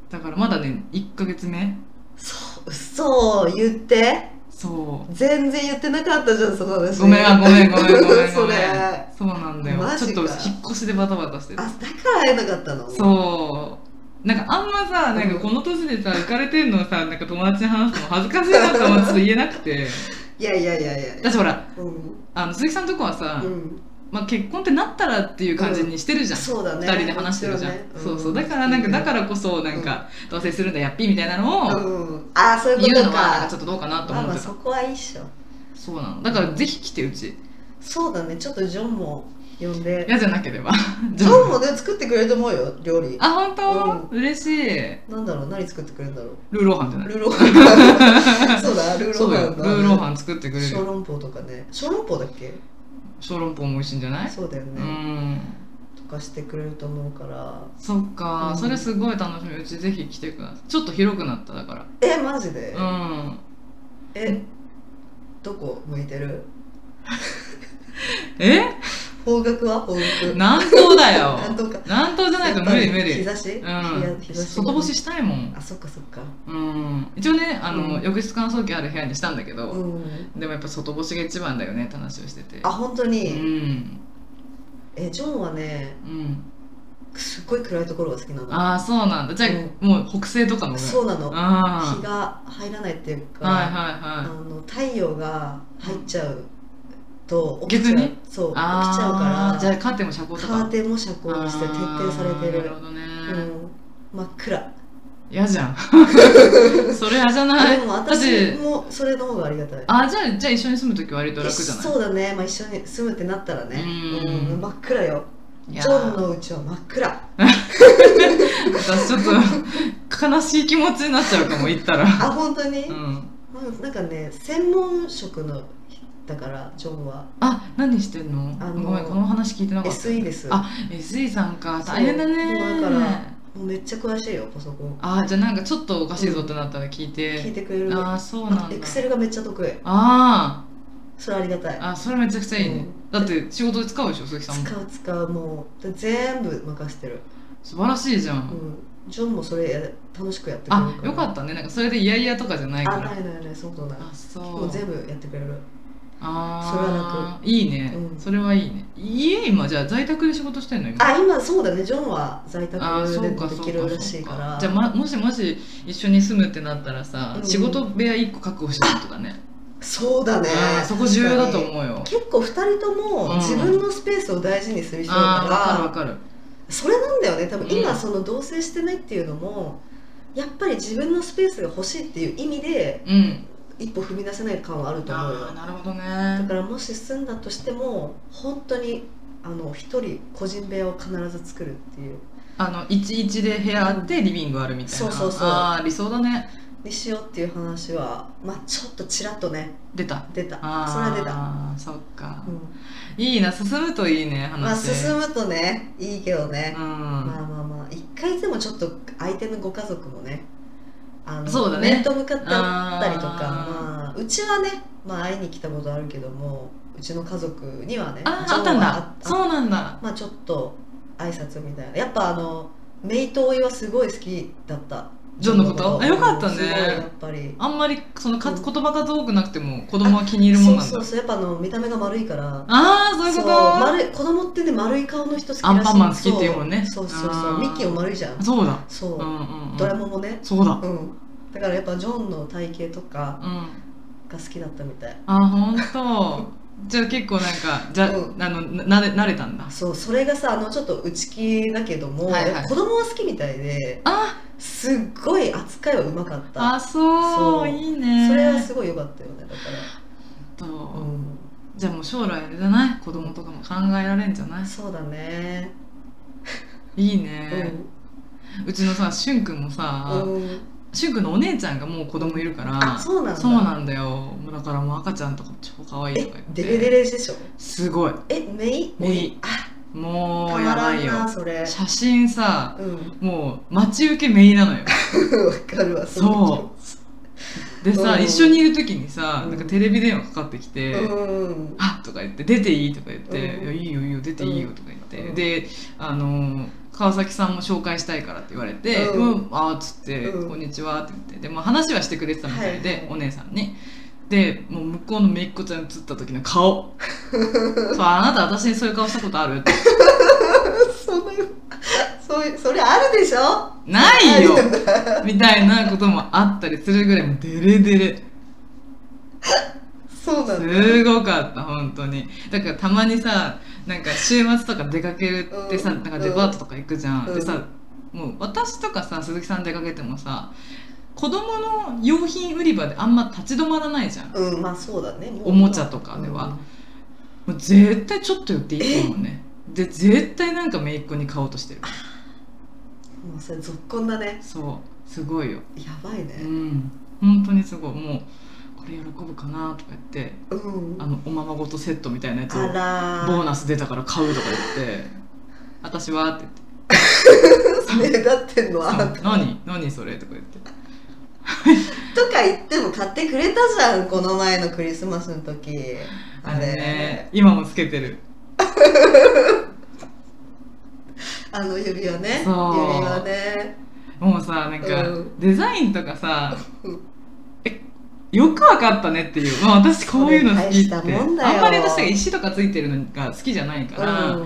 B: だからまだね1ヶ月目
A: そうそう言って
B: そ
A: 全然言ってなかったじゃんその
B: う
A: 話
B: ごめんあごめんごめんごめんごめ ん
A: それ
B: そうなんだよ
A: マ
B: ちょっ
A: ジ
B: と
A: か
B: 引っ越しでバタバタして
A: あ
B: た
A: だから会えなかったの
B: そうなんかあんまさなんかこの年でさ浮かれてんのをさなんか友達に話すの恥ずかしいなと思ってちょっと言えなく て
A: いやいやいやいやいや
B: 私ほら
A: うん、
B: あの鈴木さんとこはさ、
A: うん、
B: まあ、結婚ってなったらっていう感じにしてるじゃん、
A: そうだね
B: 二人で話してるじゃん、
A: もちろね
B: そうそうだからなんかだからこそなんか、同棲するんだやっぴみたいなのを
A: うん、ああそうい
B: 言
A: うこ
B: うの
A: と
B: はなんか
A: か
B: ちょっとどうかなと
A: まあ
B: 思
A: ま
B: っ
A: あ
B: てた、
A: そこはいいっしょ
B: そうなのだからぜひ来てうち
A: そうだねちょっとジョンも呼んで
B: 嫌じゃなけ れば
A: ジョンもね作ってくれると思うよ料理
B: あ本当、嬉しい
A: なんだろう何作ってくれるんだろ う
B: ルーローハンじゃない
A: ルーローハンそうだルーロ
B: そう
A: ー
B: だ
A: ハ
B: よ
A: ン
B: ル
A: だ
B: ーローハン作ってくれる
A: 小
B: よ
A: 籠包とかね小籠包だっけ
B: 小籠包も美味しいんじゃない
A: そうだよ
B: う
A: ね、
B: ん
A: とかしてくれると思うから
B: そっか、
A: うん
B: それすごい楽しみうちぜひ来てくださいちょっと広くなっただから
A: えマジで、
B: うん
A: えどこ向いてる
B: え
A: 方角は方角
B: 南東だ よ
A: なんとか
B: 南東じゃないと無理無
A: 日
B: 理
A: 差し、
B: うん
A: 日差し
B: 外干ししたいもん
A: あそっかそっか
B: うん一応ねあの、
A: うん
B: 浴室乾燥機ある部屋にしたんだけど、
A: うん
B: でもやっぱ外干しが一番だよねって話をしてて
A: あ本当
B: う
A: に、
B: ん
A: えジョンはね
B: うん
A: すっごい暗いところが好きなの
B: ああそうなんだじゃあ、
A: う
B: もう北西とかの
A: そううなの日
B: ああ
A: が入らないっていうか、
B: はい
A: あ
B: はいはい
A: の太陽が入っちゃうと起きち
B: 逆
A: ゃう
B: に
A: そう起きち
B: あ
A: ゃう
B: あじゃ
A: か
B: あカーテンも遮光
A: ら
B: と
A: カ
B: か
A: ーテンも遮光して徹底されて
B: あーな
A: る
B: るほどね、
A: うん、真っ暗
B: 嫌じゃ んそれ嫌じゃない
A: でも
B: だ
A: 私
B: って
A: もそれの方がありがたい
B: あじゃあじゃあ一緒に住む時は割と楽じゃない
A: そうだね、まあ、一緒に住むってなったらね
B: うん
A: 真っ暗よ
B: い
A: ジ
B: や
A: ョン
B: ー
A: のうちは真っ暗
B: 私ちょっと悲しい気持ちになっちゃうかも行ったら
A: あ本当に、
B: うん
A: うんなんかね専門職のだからジョンは
B: あ何してんの
A: あの
B: ごめんこの話聞いてなかった
A: SE です
B: あ SE さんか
A: そう
B: 大変だね
A: もうだからもうめっちゃ詳しいよパソコン
B: あじゃあなんかちょっとおかしいぞってなったら聞い
A: 聞いて
B: て、
A: くれる
B: あ
A: の
B: あそうな
A: あ
B: んだ
A: エクセルがめっちゃ得意
B: あ
A: それありがたい
B: ーあそれめちゃくちゃいいね、
A: うん
B: だって仕事で使うでしょ鈴木さんも
A: 使う使うもうで全部任せてる、
B: 素晴らしいじゃ、
A: うんん、ジョンもそれや楽しくやってくれる
B: あ
A: から
B: よかったねなんかそれで嫌々とかじゃないから
A: あないないないそういうことない
B: あそう
A: もう全部やってくれる
B: あ
A: それは
B: 楽いいね、
A: うん
B: それはいいね家今じゃあ在宅で仕事してんの今
A: あ今そうだねジョンは在宅
B: あーそうか
A: でで
B: そう
A: き
B: か
A: るら
B: そ
A: し
B: う
A: いから
B: かじゃあ、ま、もしもし一緒に住むってなったらさ、
A: うん
B: 仕事部屋一個確保しないとかね
A: そうだね
B: うんそこ重要だと
A: う
B: 思うよ
A: 結構2人と
B: う
A: も
B: ん
A: 自分のスペースを大事にする人だ
B: ああわ
A: か、
B: かるわから
A: それなんだよね多分
B: う
A: 今
B: ん
A: その同棲してないっていうのもやっぱり自分のスペースが欲しいっていう意味で
B: るうん
A: 一歩踏み出せない感はあると思うよ
B: ああなるほど
A: だ
B: ね
A: からもし住んだとしても本当にあの一人個人部屋を必ず作るっていう
B: あの11で部屋あってリビングあるみたいな
A: そうそうそう
B: ああ理想だね
A: にしようっていう話はまあちょっとちらっとね
B: 出た
A: 出た
B: ああ
A: それは出た、
B: そっか、
A: うん、
B: いいな進むといいね話
A: まあ進むとねいいけどね
B: う、ん、
A: まあまあまあ一回でもちょっと相手のご家族もねあの
B: そうだね
A: 面と向かって会ったりとか
B: あ
A: まあ、うちはね、まあ、会いに来たことあるけどもうちの家族にはね
B: あ
A: ジ
B: あ
A: ョ
B: っ
A: ン
B: たん
A: は
B: だ
A: あ
B: そうなんだ
A: まあちょっと挨拶みたいなやっぱあのメイト追いはすごい好きだった
B: ジョンのことあよかったね
A: すごいやっぱり
B: あんまりそのか
A: う
B: 言
A: ん
B: 葉数多くなくても子供は気に入るもんなんだ
A: そうそうそうやっぱあの見た目が丸いから
B: ああそういうこ
A: そう
B: と
A: 丸い子供ってね丸い顔の人好きらしい
B: アンパンマン好きって言うもんね
A: そうそうそう
B: あ
A: そう
B: ー
A: ミッキーも丸いじゃん
B: そうだ
A: そう、
B: うんうんうん
A: ドラえもんもね
B: そうだ
A: うんだからやっぱジョンの体型とか
B: うん
A: が好きだったみたい
B: あ本当 じゃあ結構なんかじゃ、
A: う
B: あのな慣れ慣れたんだ
A: そうそれがさあのちょっと内気だけども、
B: はいはい
A: 子供は好きみたいで
B: あ
A: すっごい扱いはうまかった
B: あそう
A: そう
B: いいね
A: それは
B: ち
A: すごい良かったよねだから、
B: ょっ
A: う
B: と
A: ん、
B: じゃあもう将来あれじゃない子供とかも考えられんじゃない
A: そうだね
B: いいうね、
A: ん
B: うちのさしゅんくんもさ、
A: うん
B: しゅんくんのお姉ちゃんがもう子供いるから
A: あそうなんだ
B: そうなんだよもうだからもう赤ちゃんとかも超可愛い
A: え
B: とか言って
A: デレデレでしょ
B: すごい
A: えメイ
B: メイ
A: あた
B: も
A: ま
B: うや
A: ら
B: ば
A: ん
B: いよ
A: なそれ
B: 写真さ
A: うん
B: もう待ち受けメインなのよ
A: わかるわの
B: でさ、
A: うん
B: 一緒にいる時にさ
A: うん
B: なんかテレビ電話かかって
A: 気
B: きて「
A: 持ちうん
B: あとか言って「出ていい?」とか言って「
A: うん
B: いやいいよいいよ出ていいよ」とか言って、
A: うん
B: であの川崎さんも紹介したいからって言われて「う
A: うん
B: ん、ああ」っつって、
A: うん
B: こんにちは」って言ってで、まあ、話はしてくれてたみたいで、
A: はいはい
B: お姉さんに。でもう向こうのめいっ子ちゃん映った時の 顔そうあなた私にそういう顔したことあるって
A: そんなそういうそれあるでしょ
B: な いよみたいなこともあったりするぐらいもうデレデレ
A: そうなんだ
B: すごかった本当にだからたまにさなんか週末とか出かけるってさ、
A: うん
B: なんかデパートとか行くじゃん、
A: うん
B: でさもう私とかさ鈴木さん出かけてもさ子供の用品売り場であんま立ち止まらないじゃん
A: うんまあそうだねもう
B: おもちゃとかではもう絶対ちょっと寄っていいと思うねで絶対なんか姪っ子に買おうとしてる
A: うんもうそれ続婚だね
B: そうすごいよ
A: やばい
B: うん
A: ね、
B: 本当にすごいもうこれ喜ぶかなとか言って
A: うん
B: あのおままごとセットみたいなやつを
A: あら
B: ボー
A: ナ
B: ナス出たから買うとか言って「私は?」って言って
A: スねだってんの
B: 「
A: あん
B: あ
A: た
B: 何何それ?」とか言って
A: とか言っても買ってくれたじゃんこの前のクリスマスの時あ
B: あ
A: れ
B: れね今もつけてる
A: あの指輪ね指
B: そう
A: 輪ね
B: もうさなんか
A: うん
B: デザインとかさ
A: うん
B: えよくわかったねっていう、まあ、私こういうの好き
A: それ大し
B: っ
A: てたもんだよ
B: あんまり私が石とかついてるのが好きじゃないから、
A: う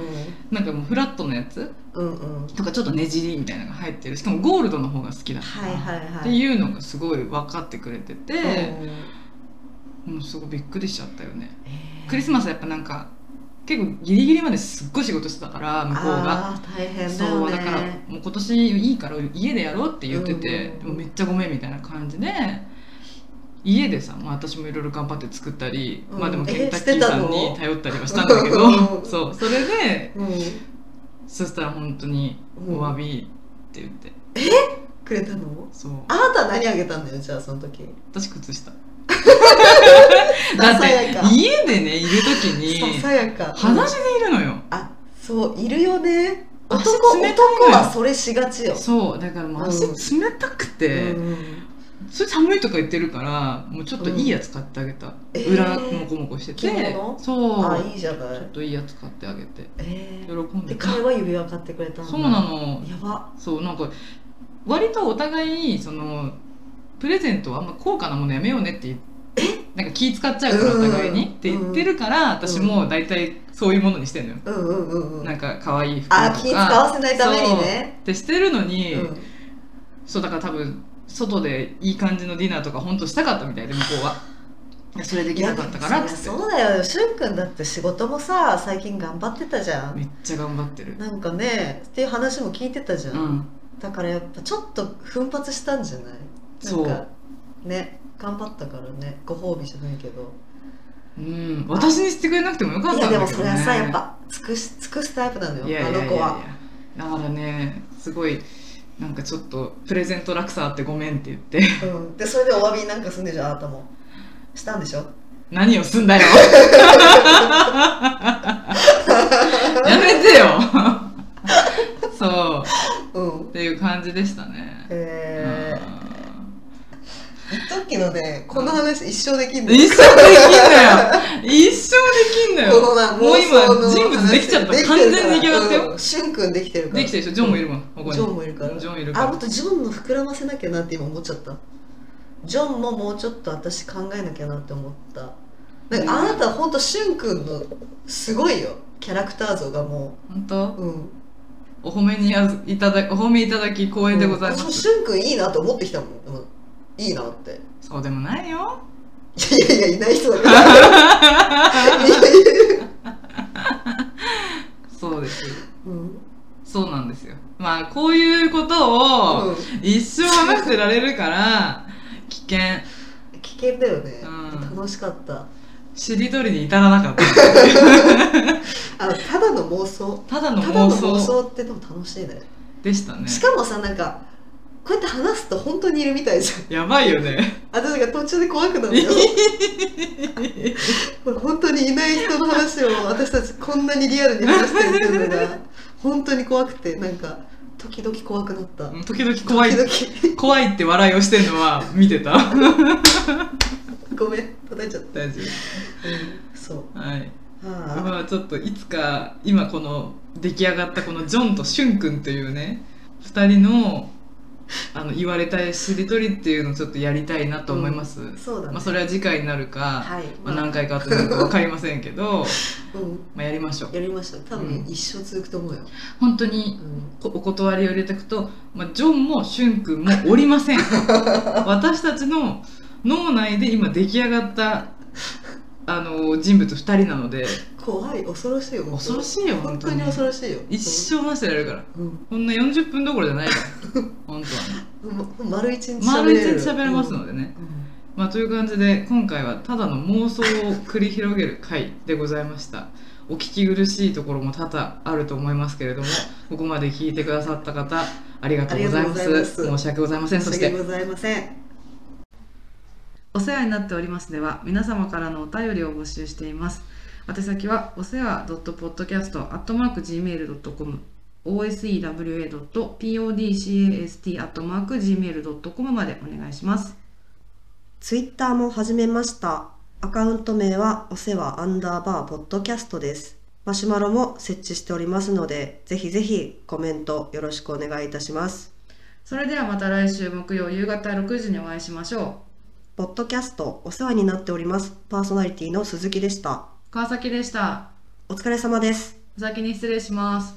B: なんかもうフラットのやつ
A: んうんうん
B: とかちょっとねじりみたいなのが入ってるしかもゴールドの方が好きだから
A: はいはいはい
B: っていうのがすごい分かってくれて
A: うん
B: て、もうすごいびっくりしちゃったよねクリス
A: マス
B: マスはやっぱなんか結構ギリギリまですっごい仕事してたから向こうが。
A: 大変だよね
B: そうだからもう今年いいから家でやろうって言ってて、
A: うん
B: でもめっちゃごめんみたいな感じで家でさ、まあ、私もいろいろ頑張って作ったり、
A: うん
B: まあでも
A: え
B: ケンタッキーさん
A: してた
B: に
A: の
B: 頼ったりはしたんだけ
A: う
B: ど
A: ん
B: そうそれで
A: うん
B: そしたら本当に「お詫び」って言って、
A: くれたの
B: そう
A: あなた何あげたんだよじゃあその時
B: 私 靴下
A: さ
B: だっ
A: さ
B: て
A: やか
B: 家でねいる時
A: さ
B: に
A: さやか
B: 裸足でいるのよ
A: あそういるよね
B: 足
A: 男
B: 冷たいのよ
A: 男はそれしがちよ、
B: そうだからもう足冷たくて、
A: うん
B: それ寒いとか言ってるからもうちょっといいやつ買ってあげた、
A: えー
B: 裏もこもこしてて、
A: 着物
B: そう
A: あいいじゃな
B: ちょっ
A: い
B: といいやつ買ってあげて
A: え
B: 喜
A: ー
B: ん
A: で
B: で
A: 彼は指輪買ってくれたんだ
B: そうなの
A: やば
B: そうなんか割とお互いそのプレゼントはあんま高価なものやめようねって言なんか気使っちゃうからお互いに
A: うん
B: って言ってるから私も大体そういうものにしてんのよ
A: うんうんうんうん
B: なんか可愛い服と
A: あ
B: か
A: 気使わせないためにね
B: ってしてるのに、
A: うん
B: そうだから多分外でいい感じのディナーとか本当したかったみたいで向こうは。いやそれできなかったからっ
A: いや
B: つって
A: そうだよしゅんくんだって仕事もさ最近頑張ってたじゃ
B: め
A: ん
B: っちゃ頑張ってる
A: なんかねっていう話も聞いてたじゃ、
B: うんん
A: だからやっぱちょっと奮発したんじゃない
B: そう
A: なんかね頑張ったからねご褒美じゃないけど
B: うん私にしてくれなくてもよかっ
A: い
B: た
A: や
B: ん
A: で
B: だ
A: も
B: け
A: そ
B: ど
A: れ
B: ね
A: はさやっぱ尽くし尽くすタイプなのよ
B: いやいやいや
A: あの
B: いや
A: 子は
B: だからねすごいなんかちょっとプレゼント落差あってごめんって言って
A: うん、でそれでお詫びなんかすんでじゃんあなたもしたんでしょ
B: 何をすんだよ や めてよそう
A: うん
B: っていう感じでしたね
A: えー
B: うん
A: 一時のねこの話一生できんの
B: 一生できんだよ一生できんだ
A: この
B: よ
A: な
B: もう今
A: 妄想の話
B: 人物できちゃった
A: できて
B: 完
A: るから
B: 全にいけわってよ、
A: うん、しゅんくんできてるから
B: できてるでしょジョンもいるもんここに
A: ジョンもいるから
B: ジョンいるか
A: あも
B: ら
A: っとジョンの膨らませなきゃなって今思っちゃったジョンももうちょっと私考えなきゃなって思ったなんかあなたほんとしゅんくんのすごいよキャラクター像がも
B: 本当
A: ううん
B: お褒めにあずいただお褒めいただき光栄でございま
A: うん私も
B: す、
A: しゅんくんいいなと思ってきたもんうんいいなって
B: そうでもないよ
A: いやいやいない人だ からいやいや
B: そうです
A: うん
B: そうなんですよまあこういうことを
A: うん
B: 一生話してられるから危険
A: 危険だよね、
B: うん
A: 楽しかった
B: しりとりに至らなかった
A: あただの妄想
B: ただの
A: ただ
B: 妄
A: の妄
B: 想
A: 想ってでも楽しいね
B: でしたね
A: しかもさなんかこうやって話すと本当にいるみたいじゃん
B: やばいよね
A: 私が途中で怖くなる よこれ本当にいない人の話を私たちこんなにリアルに話してるっていうのが本当に怖くてなんか時々怖くなった、
B: 時々怖い
A: 時
B: 怖いって笑いをしてるのは見てた
A: 々 ごめん叩いちゃった、
B: 大丈
A: そう
B: 夫はい
A: はあ
B: まあちょっといつか今この出来上がったこのジョンとシュン君というね2人のあの言われたいしりとりっていうのをちょっとやりたいなと思います、
A: そうだね、
B: まあ、それは次回になるか、
A: はい、
B: まあ、何回か後になるか分かりませんけど
A: うん
B: まあやりましょう
A: やりました多分
B: うん
A: 一生続くと思うよ、
B: 本当にこお断りを入れていくと、まあ、ジョンもシュン君もおり ません私たちの脳内で今出来上がったあの人物2人なので
A: 怖い恐ろしいよ
B: 恐ろしいよ
A: 本
B: 本
A: 当
B: 当
A: に
B: に
A: 恐ろしいよ
B: 一生話してられるから
A: うん、
B: こんな40分どころじゃないから本当はね
A: うん丸一日喋
B: 丸
A: れ
B: 一
A: る
B: 日喋れますのでね、
A: うん
B: まあという感じで今回はただの妄想を繰り広げる回でございましたお聞き苦しいところも多々あると思いますけれどもここまで聞いてくださった方ありがとうございま
A: あ
B: す
A: りがとうございます
B: 申し訳ございませんそし
A: 申
B: て
A: し訳ございません
B: お世話になっておりますでは皆様からのお便りを募集しています宛先はお世話 .podcast.gmail.com osewa.podcast.gmail.com までお願いします
A: ツイッターも始めました。アカウント名はお世話アンダーバーポッドキャストです。マシュマロも設置しておりますので、ぜひぜひコメントよろしくお願いいたします。
B: それではまた来週木曜夕方6時にお会いしましょ
A: ポッドキャストお世話になっております。パーソナリティの鈴木でした。
B: う川崎でした
A: お疲れ様です。
B: お先に失礼します